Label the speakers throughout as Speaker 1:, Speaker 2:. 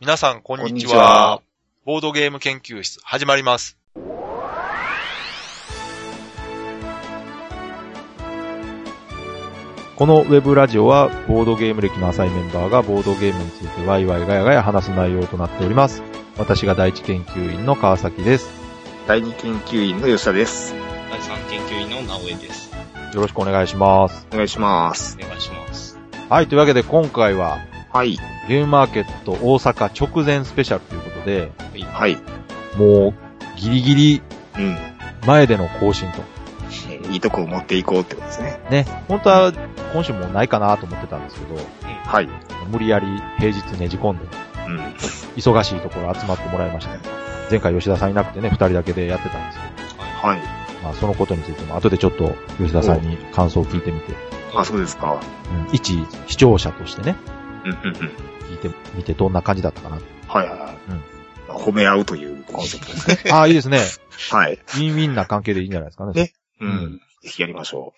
Speaker 1: 皆さん、こんにちは。
Speaker 2: こんにちは
Speaker 1: ボードゲーム研究室、始まります。
Speaker 3: このウェブラジオは、ボードゲーム歴の浅いメンバーがボードゲームについてワイワイガヤガヤ話す内容となっております。私が第一研究員の川崎です。
Speaker 2: 第二研究員の吉田です。
Speaker 4: 第3研究員の直江です。
Speaker 3: よろしくお願いします。
Speaker 2: お願いします。
Speaker 4: お願いします。
Speaker 3: はい、というわけで今回は、
Speaker 2: はい。
Speaker 3: ゲームマーケット大阪直前スペシャルということで、
Speaker 2: はい。
Speaker 3: もう、ギリギリ
Speaker 2: うん。
Speaker 3: 前での更新と。
Speaker 2: えーいいとこを持っていこうってことですね。
Speaker 3: ね、本当は今週もうないかなと思ってたんですけど、
Speaker 2: はい。
Speaker 3: 無理やり平日ねじ込んで、
Speaker 2: うん。
Speaker 3: 忙しいところ集まってもらいましたね。前回吉田さんいなくてね、二人だけでやってたんですけど
Speaker 2: はい。
Speaker 3: まあ、そのことについても、後でちょっと吉田さんに感想を聞いてみて、
Speaker 2: あ、そうですか。
Speaker 3: うん、一視聴者としてね、
Speaker 2: うんうんうん。
Speaker 3: 聞いてみてどんな感じだったかな。
Speaker 2: はいはいはい。
Speaker 3: うん
Speaker 2: まあ褒め合うというコンセプト ですね。
Speaker 3: ああ、いいですね。
Speaker 2: はい。
Speaker 3: ウィンウィンな関係でいいんじゃないですかね。
Speaker 2: ねう
Speaker 3: うん
Speaker 2: ん。ぜひやりましょ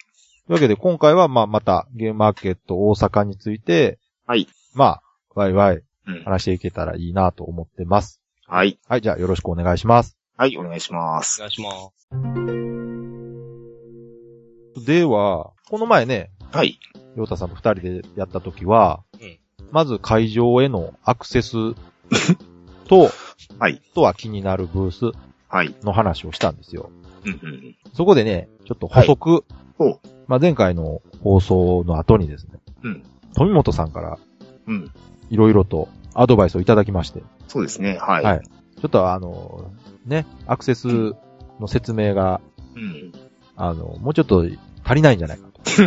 Speaker 3: というわけで、今回は、まあ、また、ゲームマーケット大阪について、
Speaker 2: はい。
Speaker 3: まあ、ワイワイ
Speaker 2: う。うん。
Speaker 3: 話していけたらいいなと思ってます。
Speaker 2: はい。
Speaker 3: はい、じゃあよろしくお願いします。
Speaker 2: はい、お願いします
Speaker 4: お。願いしま
Speaker 3: では、この前ね、
Speaker 2: はい。
Speaker 3: ヨうタさんと二人でやった時は、
Speaker 4: うん
Speaker 3: まず会場へのアクセスと、
Speaker 2: はい
Speaker 3: あとは気になるブース
Speaker 2: はい。
Speaker 3: の話をしたんですよ。
Speaker 2: うんうん
Speaker 3: そこでね、ちょっと補足。
Speaker 2: ほう
Speaker 3: まあ、前回の放送の後にですね、
Speaker 2: うん
Speaker 3: 富本さんから
Speaker 2: うん。うん。
Speaker 3: いろいろとアドバイスをいただきまして、
Speaker 2: そうですね。はい。
Speaker 3: はいちょっとあの、ね、アクセスの説明が、
Speaker 2: うん。
Speaker 3: あの、もうちょっと足りないんじゃないかと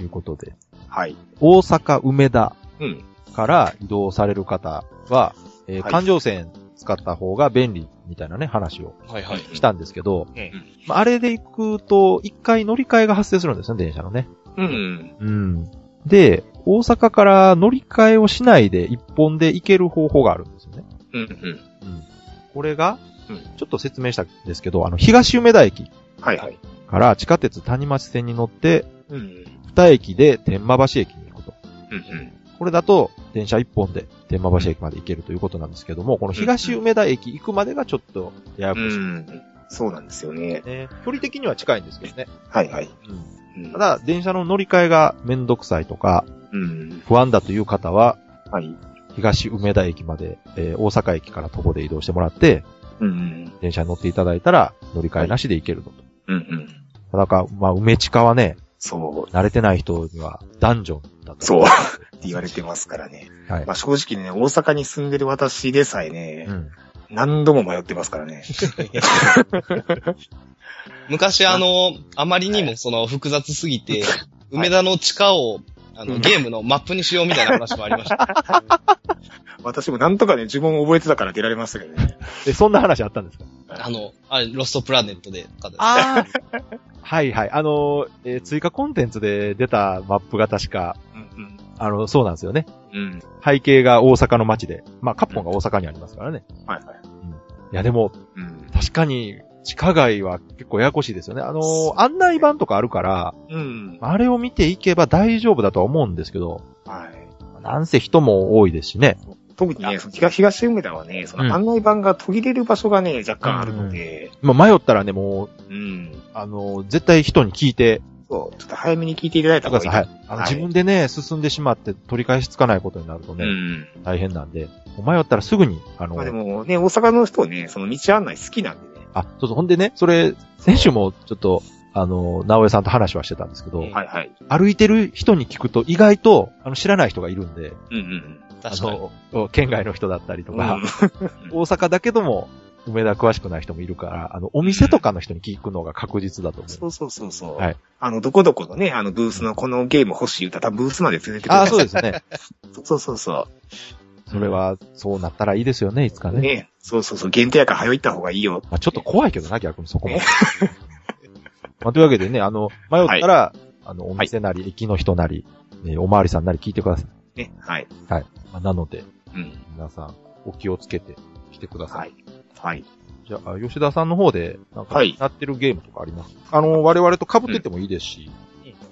Speaker 3: いうことで、
Speaker 2: はい。
Speaker 3: 大阪梅田
Speaker 2: うん。
Speaker 3: から移動される方は、えー
Speaker 2: はい
Speaker 3: 環状線使った方が便利みたいなね、話を
Speaker 4: す。はいはい。
Speaker 3: したんですけど、
Speaker 4: うん
Speaker 3: まあ、あれで行くと、一回乗り換えが発生するんですね、電車のね。
Speaker 2: うん。
Speaker 3: うん。で、大阪から乗り換えをしないで一本で行ける方法があるんですよね。
Speaker 2: うんうん。
Speaker 3: うん。これが
Speaker 2: うん、
Speaker 3: ちょっと説明したんですけど、あの、東梅田駅
Speaker 2: はいはい。
Speaker 3: から地下鉄谷町線に乗って、
Speaker 2: うん。
Speaker 3: 二駅で天満橋駅に行くと。
Speaker 2: うん
Speaker 3: これだと、電車一本で天満橋駅まで行けるということなんですけども、この東梅田駅行くまでがちょっとやや
Speaker 2: う
Speaker 3: こしい。
Speaker 2: ん。うん。そうなんですよね。
Speaker 3: ね、距離的には近いんですけどね。
Speaker 2: はいはい。うん
Speaker 3: ただ、電車の乗り換えがめんどくさいとか、
Speaker 2: うん。
Speaker 3: 不安だという方は、
Speaker 2: はい。
Speaker 3: 東梅田駅まで、えー大阪駅から徒歩で移動してもらって、
Speaker 2: うん。
Speaker 3: 電車に乗っていただいたら、乗り換えなしで行けると。
Speaker 2: うんうん。
Speaker 3: ただか、まあ、梅地下はね、
Speaker 2: そう。
Speaker 3: 慣れてない人にはダンジョンだと。
Speaker 2: そう。って言われてますからね。
Speaker 3: はい
Speaker 2: まあ正直ね、大阪に住んでる私でさえね、
Speaker 3: うん。
Speaker 2: 何度も迷ってますからね。
Speaker 4: 昔あの、あまりにもその複雑すぎて、梅田の地下を、あ
Speaker 2: う
Speaker 4: の、
Speaker 2: ん
Speaker 4: ゲームのマップにしようみたいな話もありました。
Speaker 2: 私もなんとかね、呪文を覚えてたから出られましたけどね。
Speaker 3: え、そんな話あったんですか
Speaker 4: あの、あれ、ロストプラネットで買ったや
Speaker 3: ああ はいはい。あの、えー追加コンテンツで出たマップが確か、
Speaker 2: うん
Speaker 3: あの、そうなんですよね。
Speaker 2: うん。
Speaker 3: 背景が大阪の街で。まあ、カッポンが大阪にありますからね。
Speaker 2: うん。はいはい。
Speaker 3: いや、でも、
Speaker 2: うん。
Speaker 3: 確かに、地下街は結構ややこしいですよね。あのー案内板とかあるから、
Speaker 2: うん。
Speaker 3: あれを見ていけば大丈夫だとは思うんですけど、
Speaker 2: はい。
Speaker 3: なんせ人も多いですしね。
Speaker 2: 特にね、その東東梅田はね、そ
Speaker 3: うん
Speaker 2: の案内板が途切れる場所がね、若干あるので、
Speaker 3: まあ、迷ったらね、もう、
Speaker 2: うん。
Speaker 3: あのー絶対人に聞いて
Speaker 2: そう、ちょっと早めに聞いていただいた
Speaker 3: く
Speaker 2: 方
Speaker 3: だ
Speaker 2: が
Speaker 3: さ
Speaker 2: い
Speaker 3: い。
Speaker 2: い。
Speaker 3: はい。あの、
Speaker 2: はい
Speaker 3: 自分でね、進んでしまって取り返しつかないことになると
Speaker 2: う
Speaker 3: ね、
Speaker 2: ん。
Speaker 3: 大変なんで、迷ったらすぐに、あのー
Speaker 2: まあでもね、大阪の人ね、その道案内好きなんでね。
Speaker 3: あ、そうそう。ほんでね、それ、先週もちょっと、あの、直江さんと話はしてたんですけど、
Speaker 4: うん
Speaker 2: はいはい。
Speaker 3: 歩いてる人に聞くと意外と、あの、知らない人がいるんで、
Speaker 2: うんうん。
Speaker 4: つ。
Speaker 3: あ
Speaker 4: 確かに。
Speaker 3: の、県外の人だったりとか、
Speaker 2: うん
Speaker 3: 大阪だけども、梅田詳しくない人もいるから、あの、お店とかの人に聞くのが確実だと思う。
Speaker 2: そうそうそうそう。
Speaker 3: はい
Speaker 2: あの、どこどこのね、あの、ブースのこのゲーム欲しい歌、多分ブースまで連れてくる。
Speaker 3: ああ、そう
Speaker 2: う
Speaker 3: ですね。
Speaker 2: そうそうそ
Speaker 3: それは、そうなったらいいですよね、いつか
Speaker 2: う。
Speaker 3: ね。
Speaker 2: ね。そうそうそう。限定やから早いった方がいいよ。
Speaker 3: まあ、ちょっと怖いけどな、逆にそこも。 まあ、というわけでね、あの、迷ったら、あの、お店なり、駅の人なり、えーおまわりさんなり聞いてください。
Speaker 2: ね。はい。
Speaker 3: まあ、なので、
Speaker 2: うん。
Speaker 3: 皆さん、お気をつけて来てください。
Speaker 2: はい。はい。
Speaker 3: じゃあ、あ吉田さんの方で、なんか、
Speaker 2: はい
Speaker 3: なってるゲームとかあります、あの、我々と被っててもいいですし、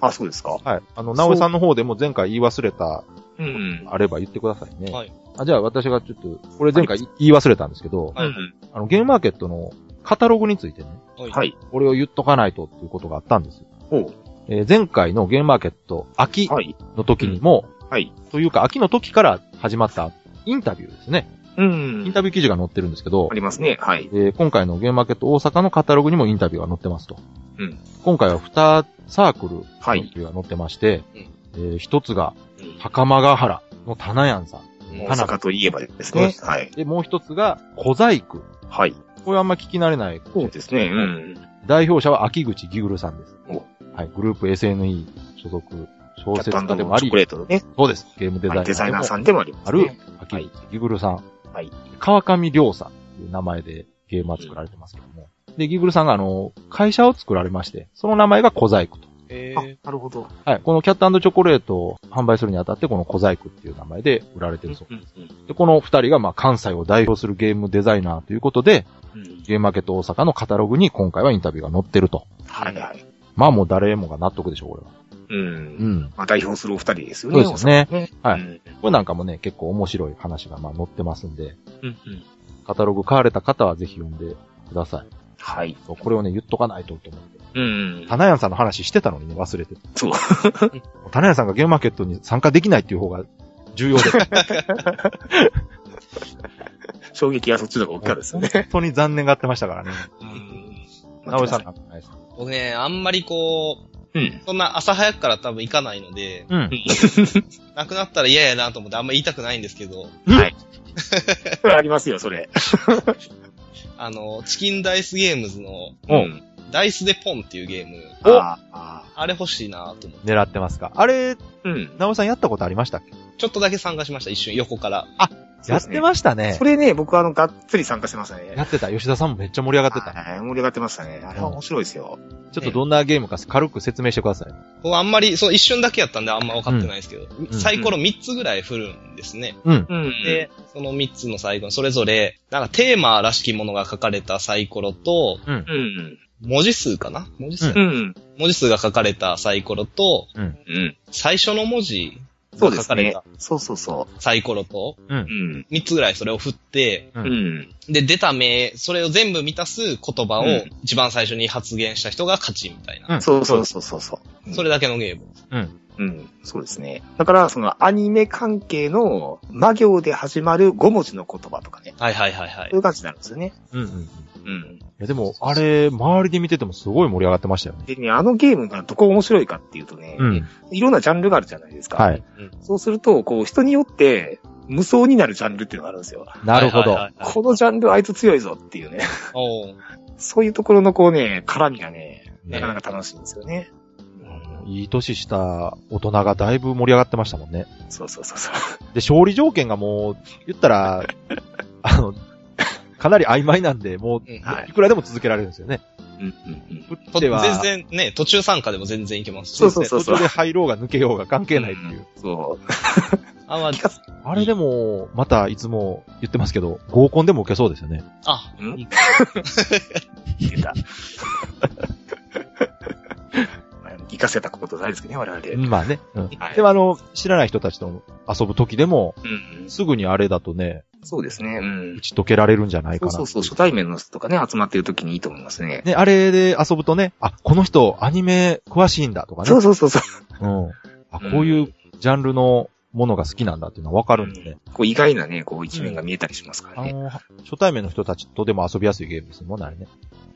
Speaker 2: あ、そうですか。
Speaker 3: はい。あの、直江さんの方でも前回言い忘れた、
Speaker 2: うん。
Speaker 3: あれば言ってくださいね。
Speaker 4: はい。
Speaker 3: あじゃあ私がちょっと、これ前回言い忘れたんですけど、
Speaker 4: はい
Speaker 2: うん
Speaker 3: あの、ゲームマーケットのカタログについてね、
Speaker 4: はい
Speaker 2: はい。
Speaker 3: これを言っとかないとっていうことがあったんですよ。
Speaker 2: ほう。
Speaker 3: えー前回のゲームマーケット秋
Speaker 2: はい。
Speaker 3: の時にも、
Speaker 2: はい。
Speaker 3: というか秋の時から始まったインタビューですね。
Speaker 2: うん
Speaker 3: インタビュー記事が載ってるんですけど
Speaker 2: あ、りますね。はい。
Speaker 3: えー今回のゲームマーケット大阪のカタログにもインタビューが載ってますと。
Speaker 2: うん
Speaker 3: 今回は2サークルの
Speaker 2: は
Speaker 3: イン
Speaker 2: い。
Speaker 3: タビューが載ってまして、
Speaker 4: うん
Speaker 3: えー一つが
Speaker 2: うん
Speaker 3: 高間ヶ原の棚屋さん。
Speaker 4: うん
Speaker 2: 大
Speaker 3: 花
Speaker 2: 阪といえばですね。はい。
Speaker 3: で、もう一つが小細工。
Speaker 2: はい。
Speaker 3: これはあんま聞き慣れない。
Speaker 2: そうですね。うん。
Speaker 3: 代表者は秋口ギグルさんです
Speaker 2: お。
Speaker 3: はい、グループ SNE 所属小
Speaker 2: キャッ
Speaker 3: 説
Speaker 2: トアン
Speaker 3: 家
Speaker 2: ド
Speaker 3: で
Speaker 2: チ
Speaker 3: もあり
Speaker 2: ョコ、レートのね、
Speaker 3: そうです。ゲームデザイナーでも
Speaker 2: デザイナーさんでもあります、
Speaker 3: あ
Speaker 2: ね。
Speaker 3: る、秋口ギグルさん。
Speaker 2: はい。
Speaker 3: 川上亮さんという名前でゲームは作られてますけども。で、ギグルさんがあの、会社を作られまして、その名前が小細工と。
Speaker 4: えー
Speaker 2: あ、なるほど。
Speaker 3: はい。このキャットチョコレートを販売するにあたって、この小細工っていう名前で売られてるそう
Speaker 2: うんうん
Speaker 3: で。この二人が、まあ、関西を代表するゲームデザイナーということで、
Speaker 2: うん
Speaker 3: ゲームマーケット大阪のカタログに今回はインタビューが載ってると。
Speaker 2: はいはい。
Speaker 3: まあ、もう誰もが納得でしょう、これは。
Speaker 2: う。
Speaker 3: うんん。
Speaker 2: まあ代表するお二人ですよ
Speaker 3: そう
Speaker 2: ね。
Speaker 3: ですよね。
Speaker 2: お
Speaker 3: は
Speaker 2: そら
Speaker 3: い。
Speaker 2: くね。
Speaker 3: これなんかもね、結構面白い話が、まあ、載ってますんで、
Speaker 2: うん。うんうん。
Speaker 3: カタログ買われた方はぜひ読んでください。
Speaker 2: はい。
Speaker 3: そうこれをね、言っとかないとと思って。
Speaker 2: うん。
Speaker 3: タナヤンさんの話してたのにね、忘れてた。
Speaker 2: そう。
Speaker 3: タナヤンさんがゲームマーケットに参加できないっていう方が重要で。
Speaker 2: 衝撃はそっちの方が大きかったですよね。
Speaker 3: 本当に残念がってましたからね。
Speaker 2: うん。
Speaker 3: ナオさんなんかないですか
Speaker 4: 僕ね、あんまりこう、
Speaker 2: うん。
Speaker 4: そんな朝早くから多分行かないので、
Speaker 3: うん。
Speaker 4: なくなったら嫌やなと思ってあんま言いたくないんですけど、
Speaker 2: はい。そ れありますよ、それ。
Speaker 4: あの、チキンダイスゲームズの
Speaker 3: お
Speaker 2: ん。
Speaker 4: ダイスでポンっていうゲーム、
Speaker 3: お
Speaker 2: あーあ
Speaker 4: あれ欲しいなと思って、
Speaker 3: 狙ってますかあれ、
Speaker 2: ー。うん。
Speaker 3: ナオさんやったことありましたっけ
Speaker 4: ちょっとだけ参加しました、一瞬横から。
Speaker 3: やってました
Speaker 2: す
Speaker 3: ね
Speaker 2: そ。れね、僕はあの、がっつり参加してましたね。
Speaker 3: やってた。吉田さんもめっちゃ盛り上がってた。
Speaker 2: はい盛り上がってましたね。あれは面白いですよ。
Speaker 3: ちょっとどんなゲームか軽く説明してください。
Speaker 4: 僕あんまり、そう一瞬だけやったんであんま分かってないですけど、
Speaker 3: うん
Speaker 4: サイコロ3つぐらい振るんですね。
Speaker 3: うん。
Speaker 2: うん
Speaker 4: で、その3つのサイコロ、それぞれ、なんかテーマらしきものが書かれたサイコロと、
Speaker 3: うん
Speaker 2: う。ん。
Speaker 4: 文字数かな文字数、
Speaker 3: うん
Speaker 2: うん。
Speaker 4: 文字数が書かれたサイコロと、
Speaker 2: うん。
Speaker 4: 最初の文字
Speaker 2: そう
Speaker 4: が
Speaker 2: で
Speaker 4: 書
Speaker 2: す
Speaker 4: かれ
Speaker 2: ね
Speaker 4: た。
Speaker 2: そうそうそ
Speaker 4: サイコロと、
Speaker 3: う。
Speaker 2: う。うんん。
Speaker 4: 3つぐらいそれを振って、
Speaker 3: う
Speaker 2: うんん。
Speaker 4: で、出た目、それを全部満たす言葉を
Speaker 2: うん
Speaker 4: 一番最初に発言した人が勝ちみたいな。
Speaker 3: うん
Speaker 2: そうそうそうそうそう。
Speaker 4: それだけのゲーム。
Speaker 2: うん、そうですね。だから、そのアニメ関係の魔行で始まる5文字の言葉とかね。
Speaker 4: はいはいはいはい
Speaker 2: そうい。う感じになるんですよね。
Speaker 3: うんうん。い
Speaker 2: うん。
Speaker 3: やでも、あれ、周りで見ててもすごい盛り上がってましたよね。
Speaker 2: でね、あのゲームがどこ面白いかっていうとね、
Speaker 3: うん。
Speaker 2: いろんなジャンルがあるじゃないですか。
Speaker 3: はい。
Speaker 2: そうすると、こう、人によって、無双になるジャンルっていうのがあるんですよ。
Speaker 3: なるほど。
Speaker 4: はいはいはいはい
Speaker 2: このジャンルあいつ強いぞっていうね。
Speaker 4: おう
Speaker 2: そういうところのこうね、絡みがね、なか
Speaker 3: ね
Speaker 2: なか楽しいんですよね。うん
Speaker 3: いい年した大人がだいぶ盛り上がってましたもんね。
Speaker 2: そうそうそうそう。
Speaker 3: で、勝利条件がもう、言った ら、あの、かなり曖昧なんで、もう、
Speaker 4: うん
Speaker 2: はい
Speaker 3: いくらでも続けられるんですよね。
Speaker 2: うんうんうん。
Speaker 3: 打っ
Speaker 4: と
Speaker 3: ては、
Speaker 4: 全然ね、途中参加でも全然いけます。
Speaker 2: そうそうそう
Speaker 3: 途中で入ろうが抜けようが関係ないっていう。
Speaker 2: そう。
Speaker 4: あ、まあ
Speaker 2: 気がつ
Speaker 3: あれでも、またいつも言ってますけど、合コンでも受けそうですよね。
Speaker 4: あ、
Speaker 2: うん
Speaker 4: い
Speaker 2: いてた。 生かせたことないですけどね、我々。
Speaker 3: まあね。うん
Speaker 2: はい
Speaker 3: でもあの、知らない人たちと遊ぶ時でも、
Speaker 2: うん
Speaker 3: すぐにあれだとね、
Speaker 2: そうですね。うん
Speaker 3: 打。ち解けられるんじゃないか
Speaker 2: そう
Speaker 3: な。
Speaker 2: そうそう、初対面の人とかね、集まってる時にいいと思いますね。
Speaker 3: ね、あれで遊ぶとね、あ、この人アニメ詳しいんだとかね。
Speaker 2: そうそうそうそう。
Speaker 3: うん。あ、こういうジャンルのものが好きなんだっていうのはわかるんでね。
Speaker 2: こう意外なね、こう一面が見えたりしますから
Speaker 3: あ
Speaker 2: ね。
Speaker 3: の、初対面の人たちとでも遊びやすいゲームですもんね、あれね。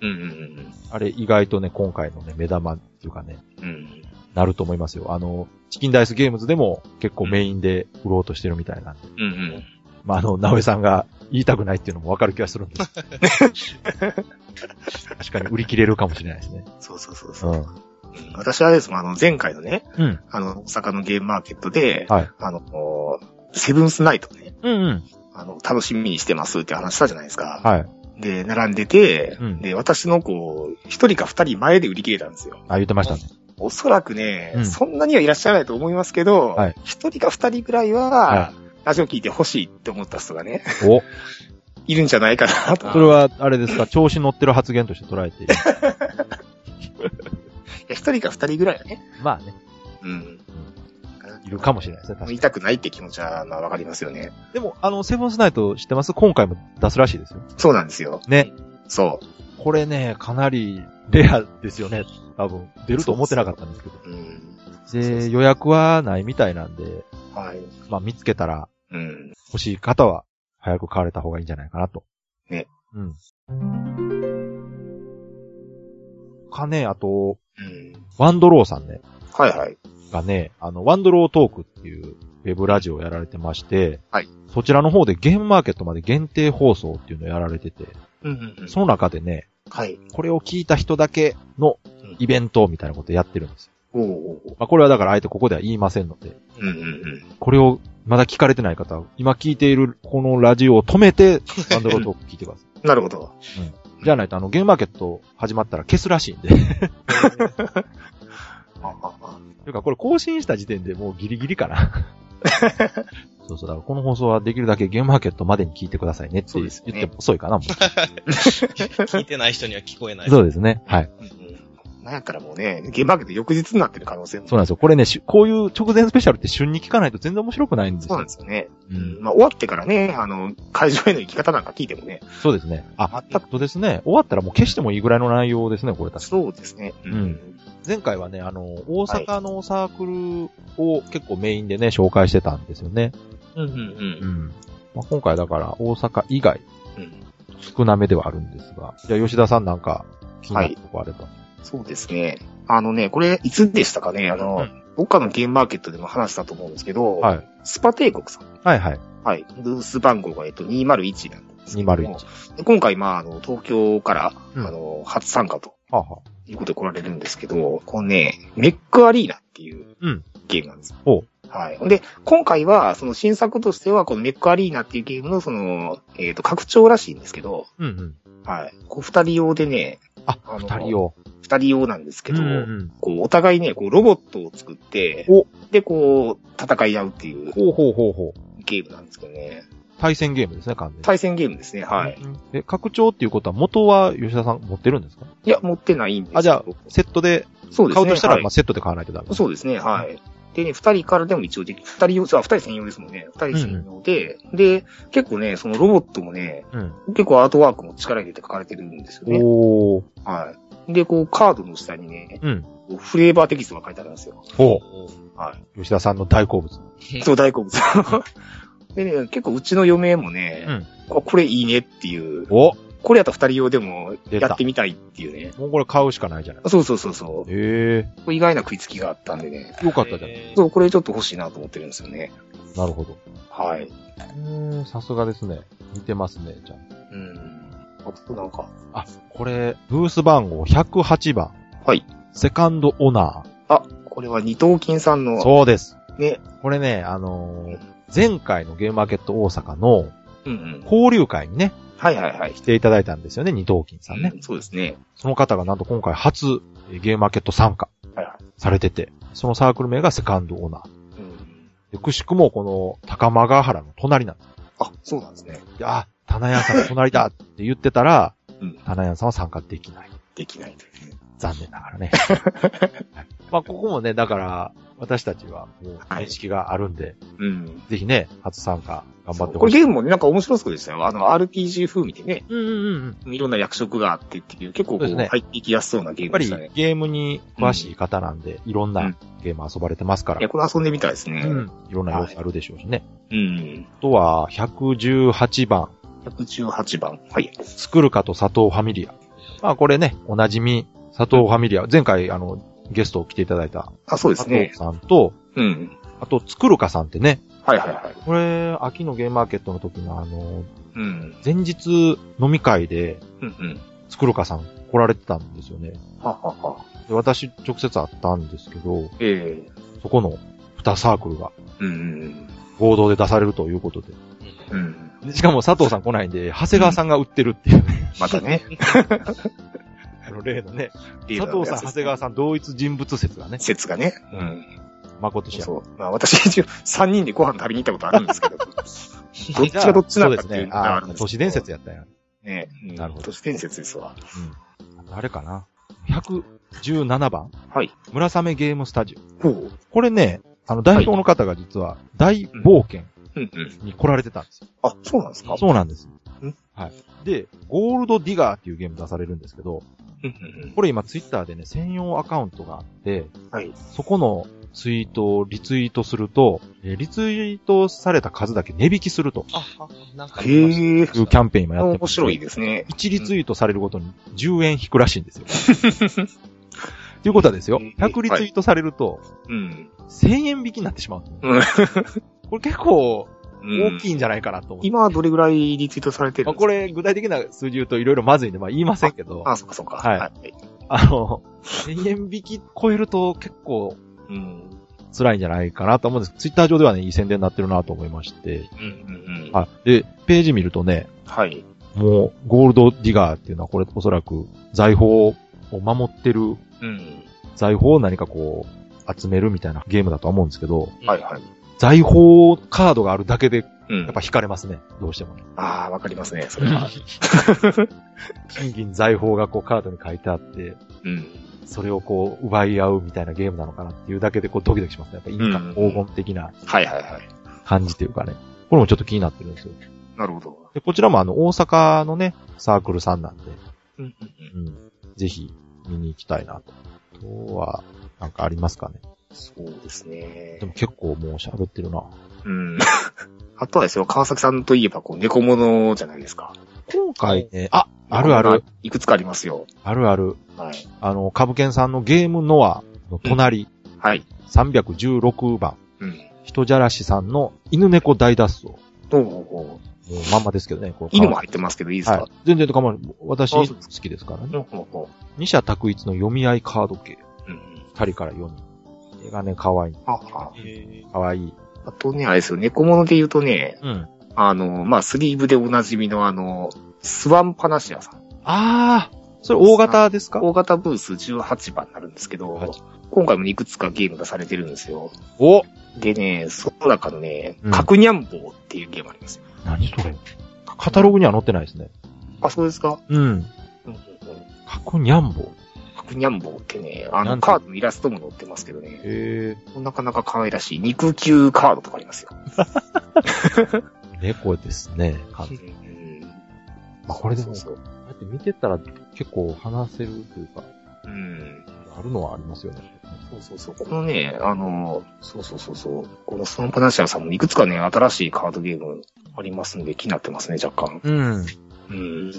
Speaker 2: うんうん
Speaker 3: あれ意外とね、今回のね、目玉っていうかね、
Speaker 2: うん。うん。
Speaker 3: なると思いますよ。あの、チキンダイスゲームズでも結構メインで売ろうとしてるみたいなんで。
Speaker 2: うんうん。
Speaker 3: まあ、あの、なおさんが言いたくないっていうのもわかる気がするん です。確かに売り切れるかもしれないですね。
Speaker 2: そうそうそうそうう。
Speaker 3: ん。
Speaker 2: うん私はですね、あの、前回のね、
Speaker 3: うん。
Speaker 2: あの、大阪のゲームマーケットで、
Speaker 3: はい。
Speaker 2: あの、こうセブンスナイトね、
Speaker 3: うんうん。
Speaker 2: あの、楽しみにしてますって話したじゃないですか。
Speaker 3: はい。
Speaker 2: で、並んでて、
Speaker 3: うん
Speaker 2: で、私のこう、一人か二人前で売り切れたんですよ。
Speaker 3: あ、言ってましたね。
Speaker 2: おそらくね、
Speaker 3: うん
Speaker 2: そんなにはいらっしゃらないと思いますけど
Speaker 3: はい、
Speaker 2: 一、人か二人くらいは、
Speaker 3: は
Speaker 2: ラジオ聞いてほしいって思った人がね、
Speaker 3: お。
Speaker 2: いるんじゃないかなと。い
Speaker 3: それは、あれですか、調子乗ってる発言として捉え ていい。
Speaker 2: や一人か二人ぐらいはね。
Speaker 3: まあね。
Speaker 2: うん。
Speaker 3: いるかもしれないですね、確か
Speaker 2: 言い
Speaker 3: に。
Speaker 2: たくないって気持ちは、まあわかりますよね。
Speaker 3: でも、あの、セブンスナイト知ってます今回も出すらしいですよ。
Speaker 2: そうなんですよ。
Speaker 3: ね。
Speaker 2: そ
Speaker 3: これね、かなりレアですよね。多分、出ると思ってなかったんですけど。
Speaker 2: う。うん。そうそう
Speaker 3: で、予約はないみたいなんで、
Speaker 2: はい。
Speaker 3: まあ見つけたら
Speaker 2: うん。
Speaker 3: 欲しい方は早く買われた方がいいんじゃないかなと。
Speaker 2: ね。
Speaker 3: うん。かね、あと、
Speaker 2: うん。
Speaker 3: ワンドローさんね、
Speaker 2: はいはい。
Speaker 3: がね、あの、ワンドロートークっていうウェブラジオをやられてまして、
Speaker 2: はい。
Speaker 3: そちらの方でゲームマーケットまで限定放送っていうのをやられてて、
Speaker 2: うんうんうん。
Speaker 3: その中でね、
Speaker 2: はい。
Speaker 3: これを聞いた人だけのイベントみたいなことやってるんですよ。
Speaker 2: おうおうおう
Speaker 3: まあ、これはだからあえてここでは言いませんので、
Speaker 2: うんうんうん。
Speaker 3: これをまだ聞かれてない方は、今聞いているこのラジオを止めて、ワンドロートーク聞いてください。
Speaker 2: なるほど。
Speaker 3: じゃないと、あの、ゲームマーケット始まったら消すらしいんで。
Speaker 2: あああ
Speaker 3: というか、これ更新した時点でもうギリギリか な。そうそう、だからこの放送はできるだけゲームマーケットまでに聞いてくださいねって
Speaker 2: そう
Speaker 3: 言っ
Speaker 2: ですね
Speaker 3: ても遅いかな、も
Speaker 4: 聞いてない人には聞こえな
Speaker 3: う。
Speaker 4: い。
Speaker 3: そうですね。はい。
Speaker 2: うんなんやからもうね、ゲームマーケット翌日になってる可能性も。
Speaker 3: そうなんですよ。これね、しこういう直前スペシャルって旬に聞かないと全然面白くないんです
Speaker 2: そうな
Speaker 3: よ
Speaker 2: ん。ですよね。
Speaker 3: うん。
Speaker 2: まあ終わってからね、あの、会場への行き方なんか聞いてもね。
Speaker 3: そうですね。あ、全くですね。終わったらもう消してもいいぐらいの内容ですね、これ確か
Speaker 2: そうですね。う
Speaker 3: う。前回はね、あの、大阪のサークルを結構メインでね、紹介してたんですよね。
Speaker 2: うんうん
Speaker 3: ん。まあ、今回だから大阪以外
Speaker 2: うん。うん
Speaker 3: 少なめではあるんですが。じゃあ吉田さんなんか気になるとこあれば。
Speaker 2: そうですね。あのね、これ、いつでしたかね、あ
Speaker 1: う
Speaker 2: の、どっかのゲームマーケットでも話したと思うんですけど、
Speaker 3: はい。はい、
Speaker 2: スパ帝国さん。
Speaker 3: はいはい
Speaker 2: はい。ブース番号が、えっと、201なんですけども。
Speaker 3: 201
Speaker 2: で今回、まあ、あの、東京から、
Speaker 3: うん
Speaker 2: あの、初参加と
Speaker 3: はあはあ
Speaker 2: いうことで来られるんですけど、このね、メックアリーナっていう
Speaker 3: うん
Speaker 2: ゲームなんですよ。
Speaker 3: ほ
Speaker 2: はい。ほんで、今回は、その新作としては、このメックアリーナっていうゲームの、その、えっ、と、拡張らしいんですけど、
Speaker 3: うんうん。
Speaker 2: はい。こう、二人用でね、
Speaker 3: あ、
Speaker 2: あの
Speaker 3: 二人を。
Speaker 2: 二人用なんですけ
Speaker 3: う
Speaker 2: ど、
Speaker 3: んうん
Speaker 2: こう、お互いね、こう、ロボットを作って
Speaker 3: お、
Speaker 2: で、こう、戦い合うっていう
Speaker 3: ほうほうほうほう。
Speaker 2: ゲームなんですけどね。
Speaker 3: 対戦ゲームですね、完全に。
Speaker 2: 対戦ゲームですね、はい。
Speaker 3: うん。え、拡張っていうことは元は吉田さん持ってるんですか
Speaker 2: いや、持ってないんですけど
Speaker 3: あ、じゃあ、セットで、
Speaker 2: そうです
Speaker 3: 買
Speaker 2: ね。
Speaker 3: うとした
Speaker 2: は
Speaker 3: ら、
Speaker 2: い
Speaker 3: まあ、セットで買わないとダメ。
Speaker 2: そうですね、はい。でね、二人からでも一応でき、二人用、そうあ、二人専用ですもんね。二人専用で、で、結構ね、そのロボットもね、
Speaker 3: うん。
Speaker 2: 結構アートワークも力入れて書かれてるんですよね。
Speaker 3: おー。
Speaker 2: はい。で、こう、カードの下にね、
Speaker 3: うん。
Speaker 2: こうフレーバーテキストが書いてあるんですよ。
Speaker 3: ほ
Speaker 2: は
Speaker 3: う。吉田さんの大好物。
Speaker 2: い。そう、大好物。 でね、結構うちの嫁もね、
Speaker 3: うん
Speaker 2: ここれいいねっていう、
Speaker 3: お
Speaker 2: これやったら二人用でも
Speaker 3: 出た
Speaker 2: やってみたいっていうね。
Speaker 3: もうこれ買うしかないじゃない
Speaker 2: そうそうそうそ
Speaker 3: え
Speaker 2: う。意外な食いつきがあったんでね。
Speaker 3: えよかったじゃん。
Speaker 4: えー
Speaker 2: そう、これちょっと欲しいなと思ってるんですよね。
Speaker 3: なるほど。
Speaker 2: はい。
Speaker 3: うん、さすがですね。似てますね、じゃ
Speaker 2: うん。あとなんか、
Speaker 3: あ。あ、これ、ブース番号108番。
Speaker 2: はい。
Speaker 3: セカンドオナ
Speaker 2: あ、これは二頭筋さん
Speaker 3: ー。
Speaker 2: の、
Speaker 3: そうです。
Speaker 2: ね。
Speaker 3: これね、あのー前回のゲームマーケット大阪の
Speaker 2: うんうん。
Speaker 3: 交流会にね、
Speaker 2: はいはいはい
Speaker 3: 来。ていただいたんですよね、二頭筋さんね。
Speaker 2: うんそうですね。
Speaker 3: その方がなんと今回初えーゲームマーケット参加
Speaker 2: はいはい。
Speaker 3: されてて、そのサークル名がセカンドオナー。
Speaker 2: うん。
Speaker 3: でくしくもこの高間ヶ原の隣なんです
Speaker 2: あ、そうなんですね。
Speaker 3: いや、棚屋さんの隣だって言ってたら、
Speaker 2: うん
Speaker 3: 棚屋さんは参加できない。
Speaker 2: できないというね。
Speaker 3: 残念ながら ね。はいまあ、ここもね、だから、私たちはもう
Speaker 2: はい
Speaker 3: 面識があるんで、
Speaker 2: うん。
Speaker 3: ぜひね、初参加頑張って
Speaker 2: こ
Speaker 3: ほ
Speaker 2: れ
Speaker 3: しい。
Speaker 2: ゲームもね、なんか面白そうでしたよ。あの、RPG 風味でね、
Speaker 3: うんうんうんうん。
Speaker 2: いろんな役職があってっていう、結構こう
Speaker 3: そうですね
Speaker 2: 入っていきやすそうなゲ
Speaker 3: や
Speaker 2: ー
Speaker 3: っぱ
Speaker 2: ム
Speaker 3: り
Speaker 2: でしたね。
Speaker 3: ゲームに詳しい方なんで、いろん
Speaker 2: う
Speaker 3: なんゲーム遊ばれてますか
Speaker 2: いや、
Speaker 3: ら、
Speaker 2: これ遊んでみたいですね。
Speaker 3: うん、いろんな要素あるでしょうしね。
Speaker 2: うん。
Speaker 3: あとは、118番、
Speaker 2: 118番。はい。
Speaker 3: 作るかと佐藤ファミリア。まあこれね、おなじみ、佐藤ファミリア、前回あの、ゲストを来ていただいた
Speaker 2: あ、そうで
Speaker 3: 佐
Speaker 2: す
Speaker 3: 藤
Speaker 2: ね。
Speaker 3: さんと、
Speaker 2: うん。
Speaker 3: あと、つくるかさんってね、
Speaker 2: はいはいはい。
Speaker 3: これ、秋のゲームマーケットの時のあの、
Speaker 2: うん。
Speaker 3: 前日飲み会で、
Speaker 2: うんうん。
Speaker 3: つくるかさん来られてたんですよね。
Speaker 2: ははは。
Speaker 3: で私、直接会ったんですけど、
Speaker 2: ええ
Speaker 3: そこの2サークルが
Speaker 2: うん
Speaker 3: 合同で出されるということで。
Speaker 2: うん。うん。
Speaker 3: でしかも佐藤さん来ないんで、長谷川さんが売ってるって いうね、
Speaker 2: またね。
Speaker 3: あの例のね、
Speaker 2: リーダー
Speaker 3: 佐
Speaker 2: の
Speaker 3: 藤
Speaker 2: やつ
Speaker 3: さん、長谷川さん同一人物説がね、
Speaker 2: 説がね。
Speaker 3: う
Speaker 2: うんん。
Speaker 3: 誠氏や。
Speaker 2: そう。まあ私一応3人でご飯食べに行ったことあるんです けど、どっち
Speaker 3: じゃあ
Speaker 2: がどっちな
Speaker 3: そ
Speaker 2: ん
Speaker 3: うで
Speaker 2: だっ
Speaker 3: す
Speaker 2: ていう
Speaker 3: ね。
Speaker 2: のがあ
Speaker 3: あ
Speaker 2: るん
Speaker 3: あ、
Speaker 2: ですけど
Speaker 3: 都市伝説やったんや。
Speaker 2: ね。うん
Speaker 3: なるほど
Speaker 2: 都市伝説ですわ。
Speaker 3: うん。あとあれかな。117番
Speaker 2: はい。
Speaker 3: 村雨ゲームスタジオ。
Speaker 2: ほう。
Speaker 3: これね、あの、代表の方が実は、大冒険
Speaker 2: うんうん。
Speaker 3: に来られてたんですよ。
Speaker 2: あ、そうなんですか
Speaker 3: そうなんです
Speaker 2: ん。
Speaker 3: はい。で、ゴールドディガーっていうゲーム出されるんですけど、
Speaker 2: うんうん
Speaker 3: これ今ツイッターでね、専用アカウントがあって、
Speaker 2: うん。はい。
Speaker 3: そこのツイートをリツイートすると、えーリツイートされた数だけ値引きすると
Speaker 4: あ、あなんかありました。
Speaker 2: へえ。
Speaker 3: いうキャンペーン今やってます。
Speaker 2: 面白い。ですね。
Speaker 3: 1リツイートされるごとに10円引くらしいん ですよ。ということはですよ、100リツイートされると、
Speaker 2: うん。
Speaker 3: 1000円引きになってしまう。
Speaker 2: うん
Speaker 3: これ結構
Speaker 2: うん
Speaker 3: 大きいんじゃないかなと思って。
Speaker 2: 今はどれぐらいリツイートされてる
Speaker 3: まあ、
Speaker 2: んです
Speaker 3: こ
Speaker 2: か
Speaker 3: れ具体的な数字言うといろいろまずいんで、まあ言いませんけど、あ
Speaker 2: あ、そっかそっか。
Speaker 3: はい
Speaker 2: い。
Speaker 3: の、1000円引き超えると結構
Speaker 2: うん。
Speaker 3: 辛いんじゃないかなと思うんです。ツイッター上ではね、いい宣伝になってるなと思いまして。
Speaker 2: うんうんうん。
Speaker 3: あ、で、ページ見るとね、
Speaker 2: はい。
Speaker 3: もう、ゴールドディガーっていうのは、これおそらく財宝を守ってる、
Speaker 2: うん。
Speaker 3: 財宝を何かこう、集めるみたいなゲームだとは思うんですけど、
Speaker 2: はいはい。
Speaker 3: 財宝カードがあるだけで、
Speaker 2: うん。
Speaker 3: やっぱ惹かれますね。どうしても ね。
Speaker 2: ああ、わかりますね、それは。
Speaker 3: 金銀財宝がこうカードに書いてあって、
Speaker 2: うん。
Speaker 3: それをこう奪い合うみたいなゲームなのかなっていうだけでこうドキドキしますね。やっぱ印鑑
Speaker 2: うん
Speaker 3: 黄金的な
Speaker 2: はいはいはい。
Speaker 3: 感じというかね。これもちょっと気になってるんですよ。
Speaker 2: なるほど。
Speaker 3: で、こちらもあの、大阪のね、サークルさんなんで、
Speaker 2: うんうんうん
Speaker 3: うん。ぜひ、見に行きたいなと。あとは、なんかありますかね。
Speaker 2: そうですね
Speaker 3: で。も結構もう喋ってるな。
Speaker 2: うん。 あとはですよ、川崎さんといえば、こう、猫物じゃないですか。
Speaker 3: 今回ね、あ、あるある、。
Speaker 2: いくつかありますよ。
Speaker 3: あるある。
Speaker 2: はい。
Speaker 3: あの、株券さんのゲームノアの隣、
Speaker 2: はい。
Speaker 3: 316番、
Speaker 2: うん。
Speaker 3: 人じゃらしさんの犬猫大脱走。も
Speaker 2: どうもこう
Speaker 3: うまんまですけどね、これ。
Speaker 2: 犬も入ってますけど、いいです
Speaker 3: は
Speaker 2: か
Speaker 3: い。全然構わない。私、
Speaker 2: あ
Speaker 3: 好きですからね。
Speaker 2: どうもこ
Speaker 3: 二者択一の読み合いカード系。
Speaker 2: う。うん。
Speaker 3: 二人から4人。これがね、可愛い。
Speaker 2: ああ。
Speaker 4: へ
Speaker 3: 可愛い。
Speaker 2: あとね、あれですよ、猫物で言うとね、
Speaker 3: うん。
Speaker 2: あの、まあ、スリーブでおなじみのあの、スワンパナシアさん。
Speaker 3: あー、それ大型ですか
Speaker 2: 大型ブース18番になるんですけど
Speaker 3: 18、
Speaker 2: 今回もいくつかゲームがされてるんですよ。
Speaker 3: お
Speaker 2: でね、その中のね
Speaker 3: う、ん
Speaker 2: 角ニャンボーっていうゲームありますよ。
Speaker 3: 何それカタログには載ってないですね。
Speaker 2: あ、そうですか
Speaker 3: うん。
Speaker 2: うんうんうん
Speaker 3: 過去にゃんぼ。
Speaker 2: 角ニャンボーってね、あ
Speaker 3: な
Speaker 2: の
Speaker 3: んて
Speaker 2: カードのイラストも載ってますけどね、
Speaker 3: へえ。
Speaker 2: なかなか可愛らしい肉球カードとかありますよ。
Speaker 3: 猫ですね。完
Speaker 2: う
Speaker 3: 全に
Speaker 2: ん
Speaker 3: まあこれでも
Speaker 2: そうそう
Speaker 3: だって見てたら結構話せるというか、
Speaker 2: うん。
Speaker 3: あるのはありますよね。
Speaker 2: そうそうそう。このね、あの、そうそうそうそう。このスワンパナシアさんもいくつかね、新しいカードゲームありますんで気になってますね、若干。
Speaker 3: うん。
Speaker 2: うん。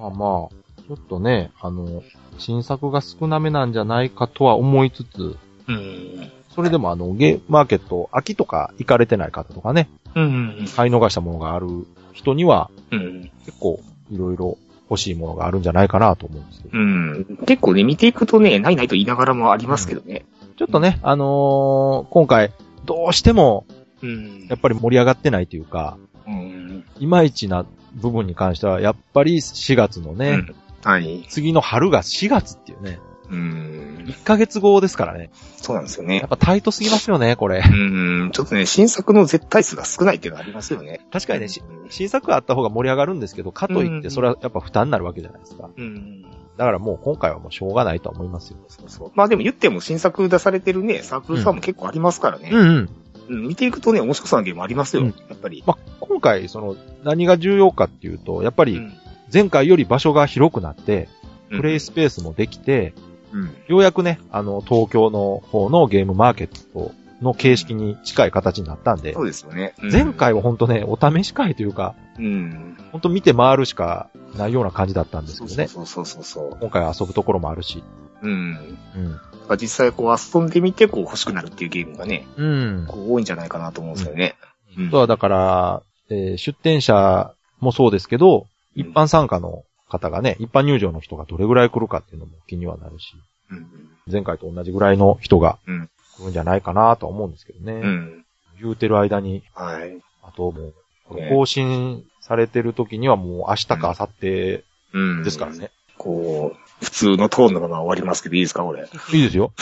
Speaker 3: まあまあ、ちょっとね、あの、新作が少なめなんじゃないかとは思いつつ、
Speaker 2: うん。
Speaker 3: それでもあの、ゲームマーケット、秋とか行かれてない方とかね、
Speaker 2: うん。
Speaker 3: 買い逃したものがある人には、
Speaker 2: うん。
Speaker 3: 結構いろいろ欲しいものがあるんじゃないかなと思うんですけど。
Speaker 2: うん。結構ね、見ていくとね、ないないと言いながらもありますけどね。
Speaker 3: ちょっとね、あのー今回、どうしても、
Speaker 2: うん
Speaker 3: やっぱり盛り上がってないというか、
Speaker 2: うん。
Speaker 3: いまいちな部分に関しては、やっぱり4月のね、
Speaker 2: うんはい。
Speaker 3: 次の春が4月っていうね、
Speaker 2: うん。
Speaker 3: 1ヶ月後ですからね。
Speaker 2: そうなんですよ
Speaker 3: や
Speaker 2: ね
Speaker 3: っ。ぱタイトすぎますよね、これ
Speaker 2: う。ん。ちょっとね、新作の絶対数が少ないっていうのはありますよね。
Speaker 3: 確かにね、し新作あった方が盛り上がるんですけど、かといっ
Speaker 2: うん
Speaker 3: てそれはやっぱ負担になるわけじゃないですか。
Speaker 2: うん。
Speaker 3: だからもう今回はもうしょうがないとは思いますよ。
Speaker 2: そうそう。まあでも言っても新作出されてるね、サークルさんも結構ありますからね。
Speaker 3: うんうん。
Speaker 2: うん見ていくとね、面白そうなゲームありますよ。
Speaker 3: うん
Speaker 2: やっぱり。
Speaker 3: まあ、今回、その、何が重要かっていうと、やっぱ
Speaker 2: う
Speaker 3: り
Speaker 2: ん
Speaker 3: 前回より場所が広くなって、プレイス
Speaker 2: う
Speaker 3: ペースもできて、
Speaker 2: ん。
Speaker 3: ようやくね、あの、東京の方のゲームマーケットの形式に近い形になったんで
Speaker 2: そ、うですよね。うん
Speaker 3: 前回はほんとね、お試し会というか、
Speaker 2: うん。
Speaker 3: ほんと見て回るしかないような感じだったんです
Speaker 2: そ
Speaker 3: け
Speaker 2: う
Speaker 3: ど
Speaker 2: そう
Speaker 3: ね。
Speaker 2: そうそうそうそう。
Speaker 3: 今回は遊ぶところもあるし。
Speaker 2: うん。
Speaker 3: うん。
Speaker 2: 実際こう遊んでみてこう欲しくなるっていうゲームがね、
Speaker 3: うん。
Speaker 2: こう多いんじゃないかなと思うんですよね。うん
Speaker 3: あとはだから、えー出店者もそうですけど、一般参加の方がね、一般入場の人がどれぐらい来るかっていうのも気にはなるし、
Speaker 2: うん。
Speaker 3: 前回と同じぐらいの人が
Speaker 2: うん
Speaker 3: 来るんじゃないかなとは思うんですけどね。
Speaker 2: うん。
Speaker 3: 言うてる間に、
Speaker 2: はい。
Speaker 3: あともう、これ
Speaker 2: ね
Speaker 3: 更新されてる時にはもう明日か明後日
Speaker 2: うん。
Speaker 3: ですから。ね。
Speaker 2: こう、普通のトーンのまま終わりますけどいいですか、これ。
Speaker 3: いいです よ。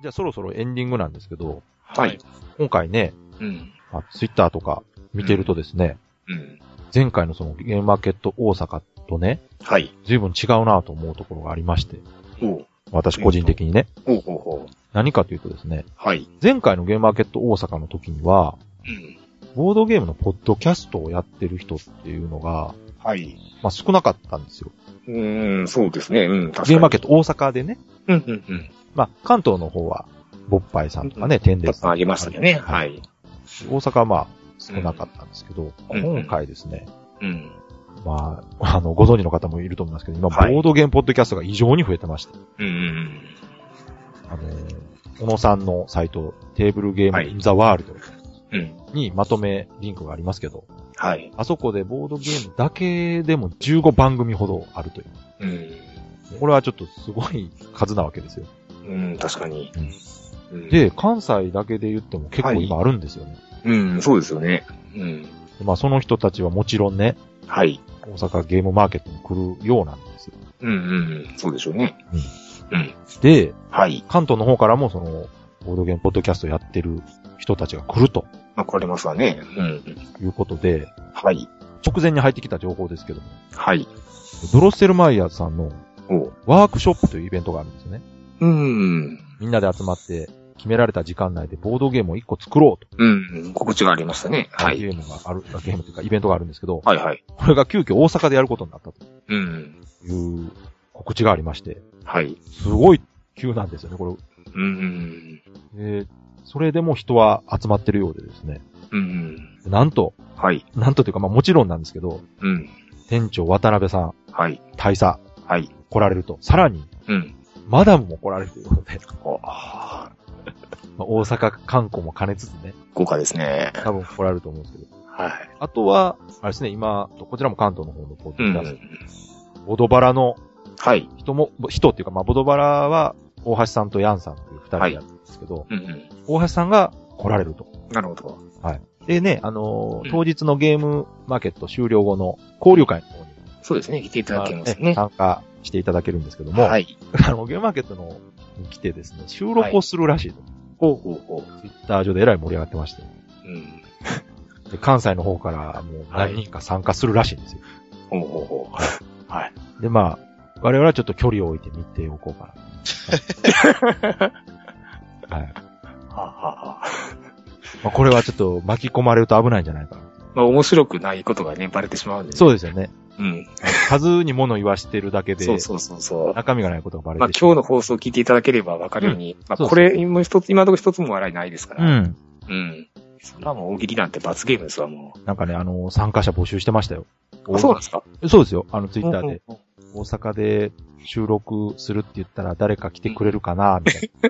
Speaker 3: じゃあそろそろエンディングなんですけど、
Speaker 2: はい。
Speaker 3: 今回ね、
Speaker 2: うん。
Speaker 3: まあ、ツイッターとか見てるとですね、
Speaker 2: うん。
Speaker 3: 前回のそのゲームマーケット大阪とね、
Speaker 2: はい。
Speaker 3: 随分違うなと思うところがありまして、
Speaker 2: おう。
Speaker 3: 私個人的にね。
Speaker 2: ほうほうほう。
Speaker 3: 何かというとですね、
Speaker 2: はい。
Speaker 3: 前回のゲームマーケット大阪の時には、
Speaker 2: うん。
Speaker 3: ボードゲームのポッドキャストをやってる人っていうのが、
Speaker 2: はい。
Speaker 3: まあ、少なかったんですよ。
Speaker 2: うーん、そうですね。うん、確かに。
Speaker 3: ゲームマーケット大阪でね、
Speaker 2: うん、うん、うん。
Speaker 3: まあ、関東の方は、ボッパイさんとかね、天
Speaker 2: た
Speaker 3: 霊
Speaker 2: くさ
Speaker 3: さ
Speaker 2: ん
Speaker 3: ん。
Speaker 2: あげましたけどね。は。い。
Speaker 3: 大阪はまあ、少なかったんですけど、
Speaker 2: うん
Speaker 3: 今回ですね、
Speaker 2: うん。
Speaker 3: まあ、 あの、ご存知の方もいると思いますけど、今、ボ
Speaker 2: はい
Speaker 3: ードゲームポッドキャストが異常に増えてまして、
Speaker 2: うんうん。
Speaker 3: あのー、小野さんのサイト、テーブルゲームインザワール
Speaker 2: うん。うん。
Speaker 3: ドにまとめリンクがありますけど、
Speaker 2: はい。
Speaker 3: あそこでボードゲームだけでも15番組ほどあるという。
Speaker 2: うん。
Speaker 3: これはちょっとすごい数なわけですよ。
Speaker 2: うん、確かに。うん、
Speaker 3: で、関西だけで言っても結構今あるんですよね。
Speaker 2: うん、そうですよね。うん。
Speaker 3: まあその人たちはもちろんね、
Speaker 2: はい。
Speaker 3: 大阪ゲームマーケットに来るようなんですよ。
Speaker 2: うん、うん、そうでしょうね。うん。
Speaker 3: で、
Speaker 2: はい。
Speaker 3: 関東の方からもその、ボードゲームポッドキャストやってる人たちが来ると
Speaker 2: まあ、来れますわね。うん。
Speaker 3: いうことで、
Speaker 2: はい。
Speaker 3: 直前に入ってきた情報ですけども、
Speaker 2: はい。
Speaker 3: ドロッセルマイヤーズさんの
Speaker 2: おう。
Speaker 3: ワークショップというイベントがあるんですよね。
Speaker 2: うん。
Speaker 3: みんなで集まって、決められた時間内でボードゲームを1個作ろうと
Speaker 2: うん。告知がありましたね。は
Speaker 3: いう
Speaker 2: い。
Speaker 3: ゲームがある、ゲームというかイベントがあるんですけど、
Speaker 2: はいはい。
Speaker 3: これが急遽大阪でやることになったと
Speaker 2: うん。
Speaker 3: いう告知がありまして、
Speaker 2: はい。
Speaker 3: すごい急なんですよね、こ
Speaker 2: うん。
Speaker 3: れ。でそれでも人は集まってるようでですね、
Speaker 2: うん。
Speaker 3: なんと、
Speaker 2: はい。
Speaker 3: なんとというか、まあもちろんなんですけど、
Speaker 2: うん。
Speaker 3: 店長渡辺さん、
Speaker 2: はい。
Speaker 3: 大佐、
Speaker 2: はい。
Speaker 3: 来られると。さらに、
Speaker 2: うん。
Speaker 3: マダムも来られるということで、
Speaker 2: ああ、
Speaker 3: まあ大阪観光も兼ねつつね、
Speaker 2: 豪華ですね。
Speaker 3: 多分来られると思うんですけど。
Speaker 2: はい。
Speaker 3: あとは、あれですね、今、こちらも関東の方のポッドキ
Speaker 2: うん
Speaker 3: ャス。ト、ボドバラの
Speaker 2: はい。
Speaker 3: 人も、人っていうか、まあ、ボドバラは、大橋さんとヤンさんという二人でやるんですけど、
Speaker 2: うん。
Speaker 3: 大橋さんが来られると。
Speaker 2: なるほど。
Speaker 3: でね、あのー
Speaker 2: うん
Speaker 3: 当日のゲームマーケット終了後の交流会の方に、
Speaker 2: そうですね。来ていただけま
Speaker 3: ま
Speaker 2: す
Speaker 3: あね
Speaker 2: ね。
Speaker 3: 参加していただけるんですけども、
Speaker 2: はい。
Speaker 3: あの、ゲームマーケットのに来てですね、収録をするらしいと。
Speaker 2: ほうほうほ
Speaker 3: ツイッター上でえらい盛り上がってまして。
Speaker 2: う。うん。
Speaker 3: で、関西の方からもう何人か参加するらしいんですよ。
Speaker 2: ほうほうほう。 はい。
Speaker 3: で、まあ、我々はちょっと距離を置いて見ておこうかな。はい。
Speaker 2: はあはあ。
Speaker 3: まあ、これはちょっと巻き込まれると危ないんじゃないかな。
Speaker 2: まあ、面白くないことがね、バレてしまうんで、ね。
Speaker 3: そうですよね。
Speaker 2: う。うん。
Speaker 3: 数に物言わしてるだけで、
Speaker 2: そうそうそうそう。
Speaker 3: 中身がないことがバ
Speaker 2: まあ
Speaker 3: レてしま
Speaker 2: 今日の放送を聞いていただければわかるように、ま
Speaker 3: そう
Speaker 2: あ
Speaker 3: そ
Speaker 2: こ
Speaker 3: う
Speaker 2: れも一つ、今のところ一つも笑いないですか
Speaker 3: う。う
Speaker 2: ら。
Speaker 3: ん。
Speaker 2: うん。それはもう大喜利なんて罰ゲームですわ、も
Speaker 3: なんかね、あの、参加者募集してましたよ。
Speaker 2: う。あそうなんですか
Speaker 3: そうですよ。あの、ツ
Speaker 2: ツ
Speaker 3: イッターで。。
Speaker 2: うんうん
Speaker 3: 大阪で収録するって言ったら誰か来てくれるかな、みたいな。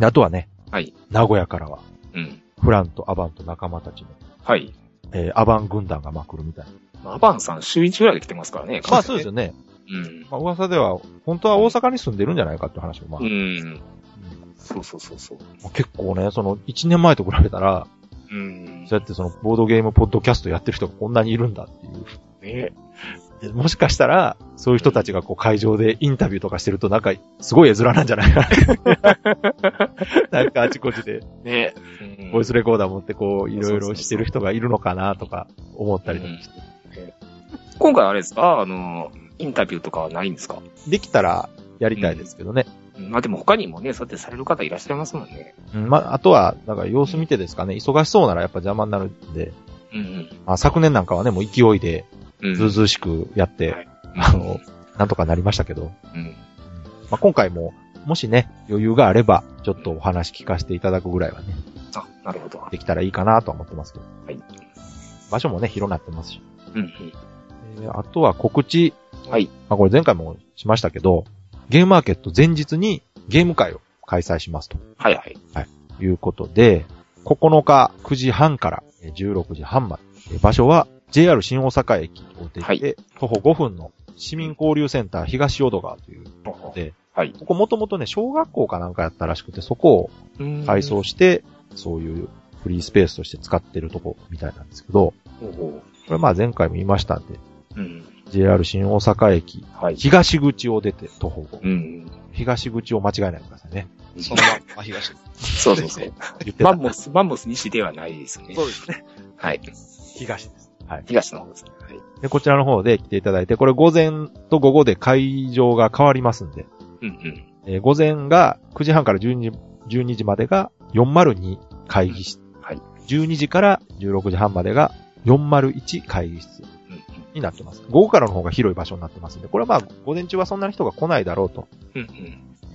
Speaker 3: であとはね、
Speaker 2: はい。
Speaker 3: 名古屋からは、
Speaker 2: うん。
Speaker 3: フランとアバンと仲間たちの、
Speaker 2: はい。
Speaker 3: えーアバン軍団がまあ来るみたいな。
Speaker 2: まあアバンさん週1ぐらいで来てますからね。
Speaker 3: まあそうです
Speaker 2: よ。
Speaker 3: よね。
Speaker 2: うん。
Speaker 3: まあ噂では、本当は大阪に住んでるんじゃないかって話も、まあ、
Speaker 2: うん。
Speaker 3: うん
Speaker 2: そうそうそうそう。
Speaker 3: まあ結構ね、その1年前と比べたら、
Speaker 2: うん。
Speaker 3: そうやってそのボードゲームポッドキャストやってる人がこんなにいるんだっていう。
Speaker 2: ね
Speaker 3: でもしかしたら、そういう人たちがこう会場でインタビューとかしてるとなんか、すごい絵面なんじゃないかな。なんかあちこちで、
Speaker 2: ね
Speaker 3: ボイスレコーダー持ってこう、いろいろしてる人がいるのかなとか思ったりとかして。
Speaker 2: 今回あれですかあの、インタビューとかはないんですか
Speaker 3: できたらやりたいですけどね。
Speaker 2: うんまあでも他にもね、そうやってされる方いらっしゃいますもんね。
Speaker 3: うん、まあ、あとは、だから様子見てですかね。忙しそうならやっぱ邪魔になるんで。
Speaker 2: うん
Speaker 3: まあ、昨年なんかはね、もう勢いで、
Speaker 2: うん。
Speaker 3: ずうずうしくやって、
Speaker 2: はい
Speaker 3: あの、なんとかなりましたけど。
Speaker 2: うん。
Speaker 3: まあ、今回も、もしね、余裕があれば、ちょっとお話聞かせていただくぐらいはね、
Speaker 2: あ、なるほど。
Speaker 3: できたらいいかなとは思ってますけど。
Speaker 2: はい。
Speaker 3: 場所もね、広なってますし。
Speaker 2: うん
Speaker 3: えーあとは告知。
Speaker 2: うん。はい。
Speaker 3: まあ、これ前回もしましたけど、ゲームマーケット前日にゲーム会を開催しますと
Speaker 2: はいはい。
Speaker 3: いうことで、9日9時半からえー16時半まで、えー場所は JR 新大阪駅を出て、
Speaker 2: はい
Speaker 3: 徒歩5分の市民交流センター東淀川という、で
Speaker 2: はい。
Speaker 3: ここもともとね、小学校かなんかやったらしくて、そこを改装して、そういうフリースペースとして使ってるとこみたいなんですけど、
Speaker 2: おお
Speaker 3: これまあ前回も言いましたんで、
Speaker 2: うん。
Speaker 3: JR 新大阪駅、
Speaker 2: はい。
Speaker 3: 東口を出て徒歩5分。
Speaker 2: うん。
Speaker 3: 東口を間違えないでくださいね。
Speaker 4: そのまま東。
Speaker 2: そうそうそう。
Speaker 3: 言って
Speaker 2: マ
Speaker 3: た。
Speaker 2: ンモス、マンモス西ではないですよね。
Speaker 3: そうですね。
Speaker 2: はい。
Speaker 3: 東です。はい
Speaker 2: 東の方ですね。はい。
Speaker 3: で、こちらの方で来ていただいて、これ午前と午後で会場が変わりますんで、
Speaker 2: うんうん。
Speaker 3: えー午前が9時半から12時 ,12 時までが402会議室。
Speaker 2: はい。
Speaker 3: 12時から16時半までが401会議室
Speaker 2: うん
Speaker 3: になってます。午後からの方が広い場所になってますんで、これはまあ、午前中はそんなに人が来ないだろうと
Speaker 2: うん。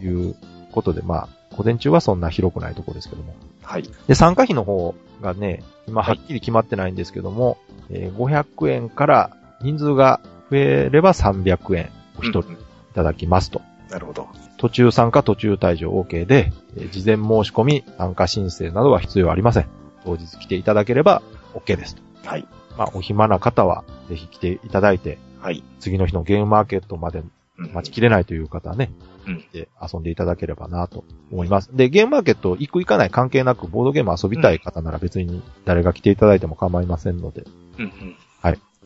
Speaker 2: うんうん。
Speaker 3: いうことで、まあ、午前中はそんな広くないところですけども。
Speaker 2: はい。
Speaker 3: で、参加費の方がね、今はっきり決まってないんですけども、えー500円から人数が増えれば300円お一人い
Speaker 2: うんうん
Speaker 3: ただきますと。
Speaker 2: なるほど。
Speaker 3: 途中参加、途中退場 OK で、えー事前申し込み、参加申請などは必要ありません。当日来ていただければ OK ですと。
Speaker 2: はい。
Speaker 3: まあ、お暇な方は、ぜひ来ていただいて、
Speaker 2: はい。
Speaker 3: 次の日のゲームマーケットまで
Speaker 2: うん
Speaker 3: 待ちきれないという方はね、
Speaker 2: うん
Speaker 3: 来て遊んでいただければなと思います。で、ゲームマーケット行く行かない関係なく、ボードゲーム遊びたい方なら別に誰が来ていただいても構いませんので、
Speaker 2: うんうん。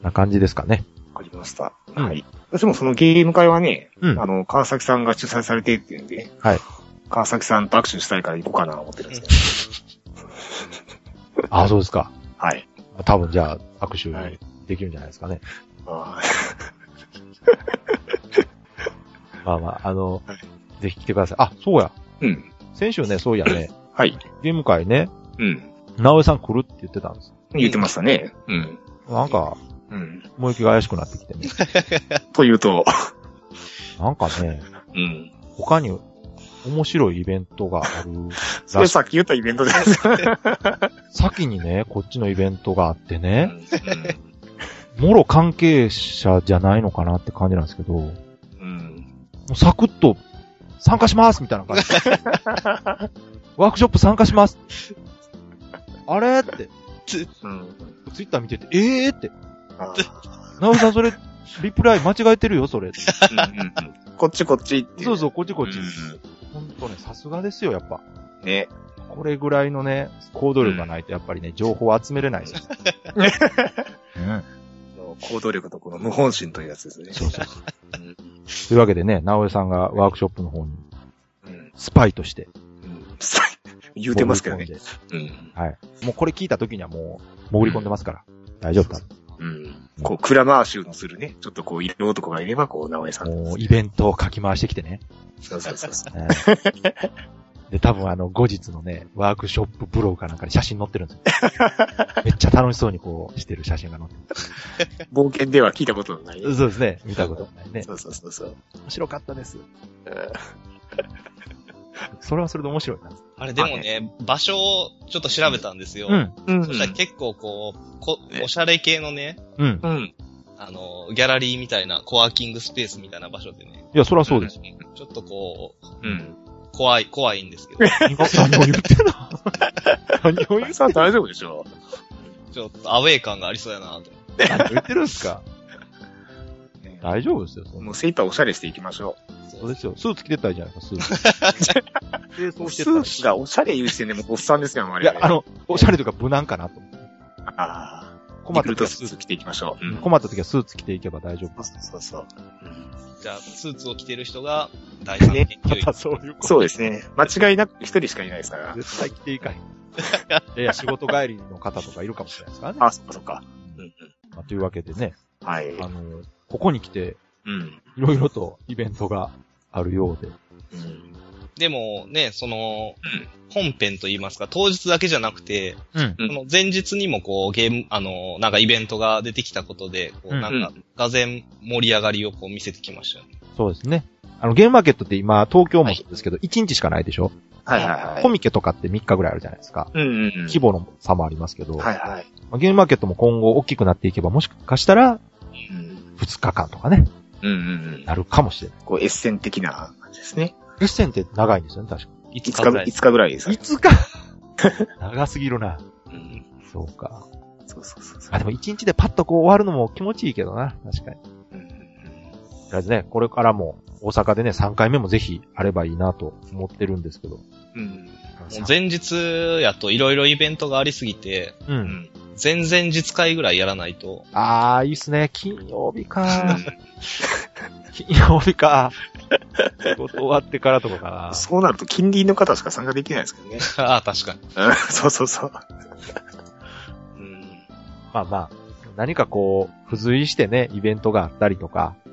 Speaker 3: な感じですかね。
Speaker 2: わかりました。
Speaker 3: うん
Speaker 2: はい。私もそのゲーム会はね、
Speaker 3: うん
Speaker 2: あの、川崎さんが主催されてっていうんで、
Speaker 3: はい。
Speaker 2: 川崎さんと握手したいから行こうかな思ってるんですけど、
Speaker 3: ああ、そうですか。
Speaker 2: はい。
Speaker 3: 多分じゃあ、握
Speaker 2: はい
Speaker 3: 手できるんじゃないですかね。
Speaker 2: あ
Speaker 3: まあまあ、あの
Speaker 2: はい、
Speaker 3: ぜひ来てください。あ、そうや。
Speaker 2: ーうん。
Speaker 3: 先週ね、そういやね、
Speaker 2: はい。
Speaker 3: ゲーム会ね、
Speaker 2: うん。
Speaker 3: 直江さん来るって言ってたんです。
Speaker 2: 言ってましたね。うん。
Speaker 3: なんか、
Speaker 2: うん。
Speaker 3: もう一気が怪しくなってきてね。
Speaker 2: というと、
Speaker 3: なんかね、
Speaker 2: うん。
Speaker 3: 他に面白いイベントがある
Speaker 2: そ
Speaker 3: ら
Speaker 2: れ
Speaker 3: しい。
Speaker 2: さっき言ったイベントです。
Speaker 3: 先にね、こっちのイベントがあって
Speaker 2: う
Speaker 3: ね、
Speaker 2: ん
Speaker 3: もろ関係者じゃないのかなって感じなんですけど、も
Speaker 2: うん。
Speaker 3: うサクッと参加しますみたいな感じ。ワークショップ参加します。あれって、
Speaker 2: うん。
Speaker 3: ツイッター見てて、ええー、って、
Speaker 2: あー
Speaker 3: 直江さんそれ、リプライ間違えてるよ、それ。
Speaker 2: うんうんうんこっちこっちっていう。
Speaker 3: そうそう、こっちこ
Speaker 2: う
Speaker 3: っち。
Speaker 2: ん
Speaker 3: ほんとね、さすがですよ、やっぱ。
Speaker 2: うん。ね。
Speaker 3: これぐらいのね、行動力がないと、やっぱりね、情報を集めれないですよ。うん。
Speaker 2: あの行動力とこの無本心というやつですね。
Speaker 3: そうそうそう。
Speaker 2: うん
Speaker 3: というわけでね、直江さんがワークショップの方に、
Speaker 2: うん。
Speaker 3: スパイとして。
Speaker 2: うん。言うてますけどね
Speaker 3: 潜。り込ん
Speaker 2: うん。
Speaker 3: で。もうこれ聞いた時にはもう、潜り込んでますから。大丈夫だ。
Speaker 2: うん。こう、クラマーシュのするね、ちょっとこう、色男がいれば、こう、直江さん。
Speaker 3: もう、イベントをかき回してきてね。
Speaker 2: そうそうそうそう。
Speaker 3: うんで、多分あの、後日のね、ワークショップブログかなんかに写真載ってるん ですよ。めっちゃ楽しそうにこう、してる写真が載って
Speaker 2: 冒険では聞いたことのない。
Speaker 3: る。そうですね。見たことないね。
Speaker 2: そうそうそうそう。
Speaker 3: 面白かったです。 それはそれで面白いな。
Speaker 4: あれでもね、場所をちょっと調べたんですよ。
Speaker 3: うん。
Speaker 2: うん。
Speaker 4: そしたら結構こう、こ
Speaker 2: ね
Speaker 4: おしゃれ系のね、
Speaker 3: うん。
Speaker 2: うん。
Speaker 4: あの、ギャラリーみたいな、コワーキングスペースみたいな場所でね、
Speaker 3: いや、そりゃそうです。
Speaker 4: ちょっとこう、
Speaker 2: うん。
Speaker 4: 怖い、怖いんですけど、
Speaker 3: 何を言ってんの 何を
Speaker 2: 直江さん大丈夫でしょ
Speaker 4: ちょっとアウェイ感がありそうやなと。
Speaker 3: 何を言ってるんですか大丈夫ですよ。そん
Speaker 2: も
Speaker 3: な
Speaker 2: う精一杯おしゃれしていきましょ
Speaker 3: そうですよ。スーツ着てったらいいじゃないですか、ス ーツ。
Speaker 2: う。
Speaker 3: 清掃し
Speaker 2: ス
Speaker 3: てったらいい
Speaker 2: ーツがおしゃれ言う時点でもうおっさんですよ、我
Speaker 3: いや
Speaker 2: 々。、
Speaker 3: あ、の、おしゃれというか無難かなと思って。
Speaker 2: ああ。
Speaker 3: 困
Speaker 2: リ
Speaker 3: っ
Speaker 2: クル
Speaker 3: た
Speaker 2: ート
Speaker 3: 時はス
Speaker 2: スー
Speaker 3: ーツ
Speaker 2: ツ着ていきましょう。うん。
Speaker 3: 困った時はスーツ着ていけば大丈夫。
Speaker 2: そうそうそう。うん
Speaker 4: じゃあ、スーツを着てる人が、第三研
Speaker 3: ま
Speaker 4: 究員
Speaker 3: た。そういうこと。
Speaker 2: そうですね。間違いなく一人しかいないですから。
Speaker 3: 絶対着てい かへん。いやいや、仕事帰りの方とかいるかもしれないですからね。
Speaker 2: あ、そっかそっか。うん
Speaker 3: まあというわけでね、
Speaker 2: うん。はい。
Speaker 3: あの、ここに来て、
Speaker 2: うん。
Speaker 3: いろいろとイベントがあるようで。
Speaker 2: うん。
Speaker 4: でもね、その、本編といいますか、当日だけじゃなくて、
Speaker 3: うん。
Speaker 2: うん
Speaker 4: その前日にもこう、ゲーム、あの、なんかイベントが出てきたことで、こ
Speaker 3: う
Speaker 4: う、
Speaker 3: ん
Speaker 4: なんか、がぜ盛り上がりをこう見せてきましたよね。
Speaker 3: そうですね。あの、ゲームマーケットって今、東京もそうですけど、1日しかないでしょ、
Speaker 2: はいはい
Speaker 3: コ
Speaker 2: はい。
Speaker 3: ミケとかって3日ぐらいあるじゃないですか。
Speaker 2: うんうんうん。
Speaker 3: 規模の差もありますけど、
Speaker 2: はいはい。
Speaker 3: まあゲームマーケットも今後大きくなっていけば、もしかしたら
Speaker 2: うん。
Speaker 3: 2日間とかね、
Speaker 2: うんうんうん。
Speaker 3: なるかもしれない。
Speaker 2: こう、エッセン的な感じですね。
Speaker 3: エッセンって長いんですよね、確か。
Speaker 4: いつか
Speaker 2: 5
Speaker 4: ぐら
Speaker 2: 日、
Speaker 4: い。
Speaker 2: 5日ぐ らいですかね。
Speaker 3: 5日 長すぎるな。
Speaker 2: うん。
Speaker 3: そうか。
Speaker 2: そうそうそうそう。
Speaker 3: あ、でも1日でパッとこう終わるのも気持ちいいけどな、確かに。と
Speaker 2: うんうんうん
Speaker 3: りあえずね、これからも大阪でね、3回目もぜひあればいいなと思ってるんですけど。
Speaker 2: うん。
Speaker 4: もう前日やといろいろイベントがありすぎて、
Speaker 3: う。
Speaker 2: うんん。
Speaker 4: 前々日会ぐらいやらないと、
Speaker 3: あー、いいっすね。金曜日か。 金曜日か。仕事終わってからとかかな。
Speaker 2: そうなると近隣の方しか参加できないです けどね。
Speaker 4: ああ、確かに。
Speaker 2: うんそうそうそう。うん。
Speaker 3: まあまあ、何かこう、付随してね、イベントがあったりとか、
Speaker 2: う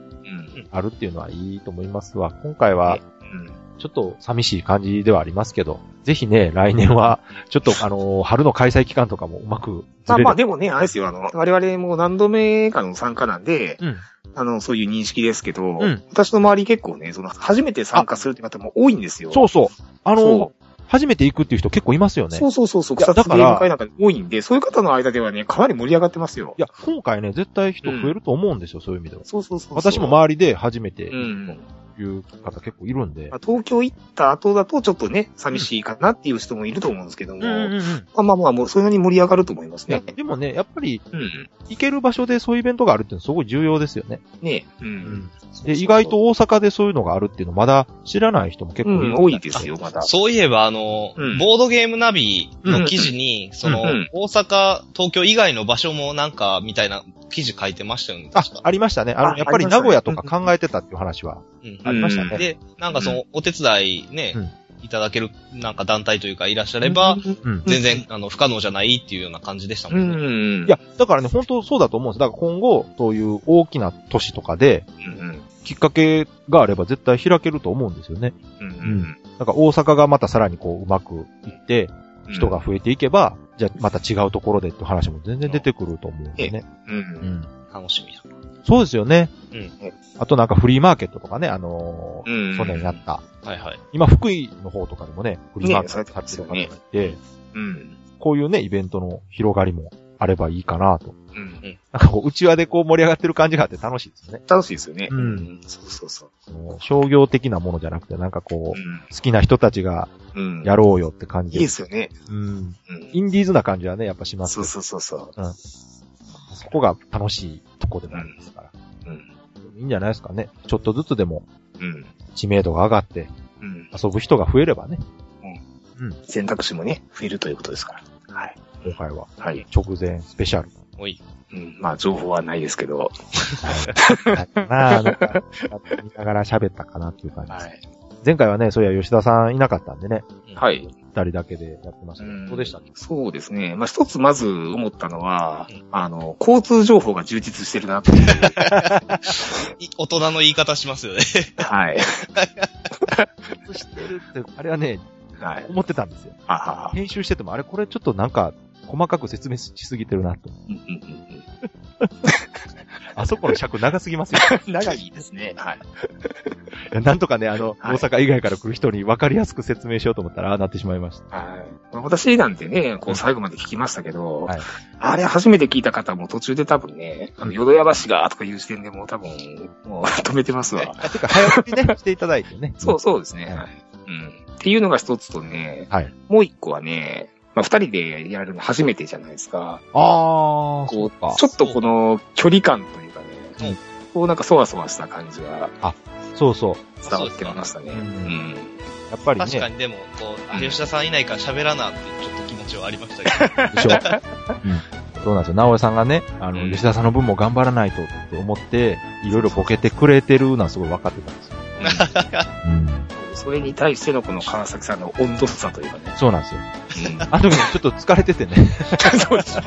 Speaker 2: ん。
Speaker 3: あるっていうのはいいと思いますわ。今回は、
Speaker 2: うん。
Speaker 3: ちょっと寂しい感じではありますけど、ぜひね、来年は、ちょっとあの、春の開催期間とかもうまくず
Speaker 2: まあ
Speaker 3: れる。
Speaker 2: まあでもね、あれですよ、あの、我々も何度目かの参加なんで、
Speaker 3: うん。
Speaker 2: あの、そういう認識ですけど、
Speaker 3: うん
Speaker 2: 私の周り結構ね、その、初めて参加するって方も多いんですよ。
Speaker 3: そうそう。あの
Speaker 2: そ、
Speaker 3: 初めて行くっていう人結構いますよね。
Speaker 2: そうそうそうそう、
Speaker 3: いや
Speaker 2: 草津
Speaker 3: だ
Speaker 2: ゲ
Speaker 3: から
Speaker 2: ーム会なんか多いんで、そういう方の間ではね、かなり盛り上がってますよ。
Speaker 3: いや、今回ね、絶対人増えると思うんですよ、そういう意味では。
Speaker 2: そうそうそうそう。
Speaker 3: 私も周りで初めて
Speaker 2: う、ん。
Speaker 3: いう方結構いるんで
Speaker 2: まあ。東京行った後だとちょっとね、寂しいかなっていう人もいると思うんですけども、
Speaker 3: うんうんうん
Speaker 2: まあまあまあ、もうそういうのに盛り上がると思います
Speaker 3: いや
Speaker 2: ね。
Speaker 3: でもね、やっぱり、
Speaker 2: うん。
Speaker 3: 行ける場所でそういうイベントがあるっていうのはすごい重要ですよね。
Speaker 2: ねえ。うん。
Speaker 3: で、意外と大阪でそういうのがあるっていうのまだ知らない人も結構
Speaker 2: う
Speaker 3: い
Speaker 2: ん、
Speaker 3: る。
Speaker 2: 多いですよ、まだ。
Speaker 4: そういえば、あの、
Speaker 2: うん
Speaker 4: ボードゲームナビの記事に、その、
Speaker 2: うんうん
Speaker 4: 大阪、東京以外の場所もなんか、みたいな記事書いてましたよね、
Speaker 3: あ
Speaker 4: 確、か。
Speaker 3: ありましたね。あの、
Speaker 2: あ
Speaker 3: やっぱり
Speaker 2: ありました
Speaker 3: 名
Speaker 2: ね
Speaker 3: 古屋とか考えてたっていう話は
Speaker 4: うん
Speaker 3: ありました
Speaker 2: うん
Speaker 3: ね。
Speaker 4: で、なんかその、お手伝いね、
Speaker 3: うん
Speaker 4: いただける、なんか団体というかいらっしゃれば、
Speaker 3: うん。
Speaker 4: 全然、あの、不可能じゃないっていうような感じでしたも
Speaker 2: うん
Speaker 4: ね。
Speaker 2: ん。
Speaker 3: いや、だからね、本当そうだと思うんです。だから今後、そういう大きな都市とかで、
Speaker 2: うん、
Speaker 3: きっかけがあれば絶対開けると思うんですよね。
Speaker 2: うん。うん。
Speaker 3: なんか大阪がまたさらにこう、うまくいって、
Speaker 2: うん
Speaker 3: 人が。増えていけば、じゃあまた違うところでって話も全然出てくると思うんでね。
Speaker 2: う。
Speaker 3: うんん。
Speaker 4: 楽しみだ。
Speaker 3: そうですよね。
Speaker 4: うん
Speaker 3: あとなんかフリーマーケットとかね、あのー
Speaker 2: うん
Speaker 3: 去年やった。
Speaker 4: はいはい。
Speaker 3: 今、福井の方とかでもね、フリーマーケットってる方がいて、
Speaker 2: うん。
Speaker 3: こういうね、イベントの広がりもあればいいかなと。
Speaker 2: うん。
Speaker 3: なんかこう、内輪でこう盛り上がってる感じがあって楽しいですね。
Speaker 2: 楽しいですよね。
Speaker 3: うん
Speaker 2: そうそうそう。
Speaker 3: その商業的なものじゃなくて、なんかこう、
Speaker 2: う
Speaker 3: 好きな人たちが
Speaker 2: ん。うん。
Speaker 3: やろうよって感
Speaker 2: いい
Speaker 3: じ
Speaker 2: で
Speaker 3: で。
Speaker 2: すよね。
Speaker 3: うん。
Speaker 2: うん。
Speaker 3: インディーズな感じはね、やっぱします
Speaker 2: そ
Speaker 3: け
Speaker 2: う
Speaker 3: ど。
Speaker 2: そうそうそう。
Speaker 3: そこが楽しいとこでもありますから。
Speaker 2: うん。
Speaker 3: いいんじゃないですかね。ちょっとずつでも
Speaker 2: うん。
Speaker 3: 知名度が上がって、
Speaker 2: うん。
Speaker 3: 遊ぶ人が増えればね。
Speaker 2: 選択肢もね、増えるということですから。はい。
Speaker 3: 今回は
Speaker 2: はい。
Speaker 3: 直前スペシャル。
Speaker 4: おい。
Speaker 2: うん。まあ、情報はないですけど。
Speaker 3: なあ、なんか、見ながら喋ったかなっていう感じです。
Speaker 2: い。
Speaker 3: 前回はね、そういや吉田さんいなかったんでね、
Speaker 2: はい。
Speaker 3: 二人だけでやってましたけど、どうでしたっけ
Speaker 2: そうですね。まあ、一つまず思ったのは
Speaker 4: うん、
Speaker 2: あの、交通情報が充実してるなっていう。
Speaker 4: い大人の言い方しますよね。
Speaker 2: はい。
Speaker 3: してるって、あれはね、
Speaker 2: はい。
Speaker 3: 思ってたんですよ。
Speaker 2: ははは。
Speaker 3: 編集してても、あれこれちょっとなんか、細かく説明しすぎてる なと。
Speaker 2: うんうんうん
Speaker 3: あそこの尺長すぎますよ。
Speaker 2: うん 長いですね。はい。
Speaker 3: なんとかね、あの、
Speaker 2: はい
Speaker 3: 大阪以外から来る人に分かりやすく説明しようと思ったら、ああなってしまいました。
Speaker 2: はい。まあ私なんてね、こう最後まで聞きましたけど、
Speaker 3: はい
Speaker 2: あれ初めて聞いた方も途中で多分ね、あの、淀屋橋がとかいう時点でもう多分、もう止めてますわ。
Speaker 3: てか、早送りね、していただいてね。
Speaker 2: そうそうですね。
Speaker 3: は
Speaker 2: はい。うん。っていうのが一つとね、
Speaker 3: はい
Speaker 2: もう一個はね、まあ、二人でやるの初めてじゃないですか。
Speaker 3: あー、
Speaker 2: こ
Speaker 3: そううか
Speaker 2: ち。ょっとこの距離感というかね、
Speaker 4: うん
Speaker 2: こうなんかそわそわした感じが
Speaker 3: そうそう。
Speaker 2: 伝わってきました
Speaker 3: あ
Speaker 2: ね。う
Speaker 3: そうですか
Speaker 2: ん。
Speaker 3: やっぱりね。
Speaker 4: 確かにでも、こう、あ吉田さんいないから喋らなって、ちょっと気持ちはありましたけど。
Speaker 3: で しょ。うん。そうなんですよ。直江さんがね、あの、
Speaker 2: うん
Speaker 3: 吉田さんの分も頑張らないとって思って、いろいろボケてくれてるのはすごい分かってたんですよ。うん。
Speaker 2: それに対してのこの川崎さんの温度差というかね。
Speaker 3: そうなんですよ。
Speaker 2: うん
Speaker 3: あの時ちょっと疲れててね。
Speaker 2: そうでしょ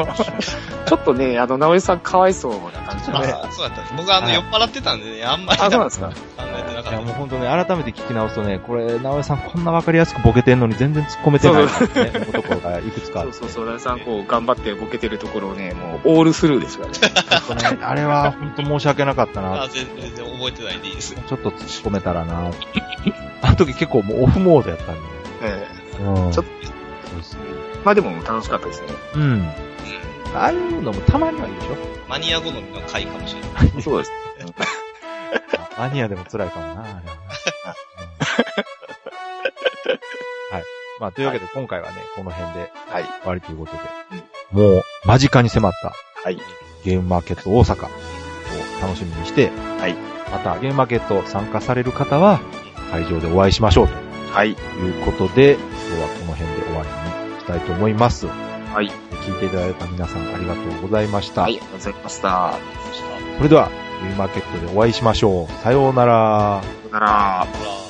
Speaker 2: ちょっとね、あの、直江さんかわいそうな感じがね。
Speaker 4: あそうだったんです。僕はあの、
Speaker 3: はい
Speaker 4: 酔っ払ってたんでね、あんまり
Speaker 2: あ、そうなんですか。
Speaker 4: 考えてなか
Speaker 3: いや、もう
Speaker 4: っ
Speaker 3: 本当ね、改めて聞き直すとね、これ、直江さんこんな分かりやすくボケてんのに全然突っ込めてないっていうね、男がいくつかあ
Speaker 2: そ
Speaker 3: っ
Speaker 2: う
Speaker 3: て。
Speaker 2: そうそう、直江さんこう、頑張ってボケてるところをね、もう、オールスルーですよね。
Speaker 3: 本当ね あれは本当申し訳なかった
Speaker 4: た。あ
Speaker 3: な。
Speaker 4: 全然全然覚えてないんでいいですよ。
Speaker 3: ちょっと突っ込めたらな。あの時結構もうオフモードやったんで。
Speaker 2: え
Speaker 3: うん。
Speaker 2: ちょっと
Speaker 3: そうです
Speaker 2: えまあでも、楽しかったですね。
Speaker 3: うん。ああいうのもたまにはいいでしょ
Speaker 4: マニア好みの回かもしれない。
Speaker 2: そうです。
Speaker 3: マニアでも辛いかもな、あれはなはい。まあ、というわけで今回はね、この辺で
Speaker 2: はい。
Speaker 3: 終わりということで、もう間近に迫った
Speaker 2: はい。
Speaker 3: ゲームマーケット大阪を楽しみにして、
Speaker 2: はい
Speaker 3: またゲームマーケット参加される方は、会場でお会いしましょうと
Speaker 2: はい。
Speaker 3: いうことで、今日はこの辺で終わりにしたいと思います。
Speaker 2: はい。
Speaker 3: 聞いていただいた皆さんありがとうございました。
Speaker 2: はい。ありがとうございました。
Speaker 4: そした
Speaker 3: それでは、ゲームマーケットでお会いしましょう。さようなら。
Speaker 2: さよなら。
Speaker 4: らほら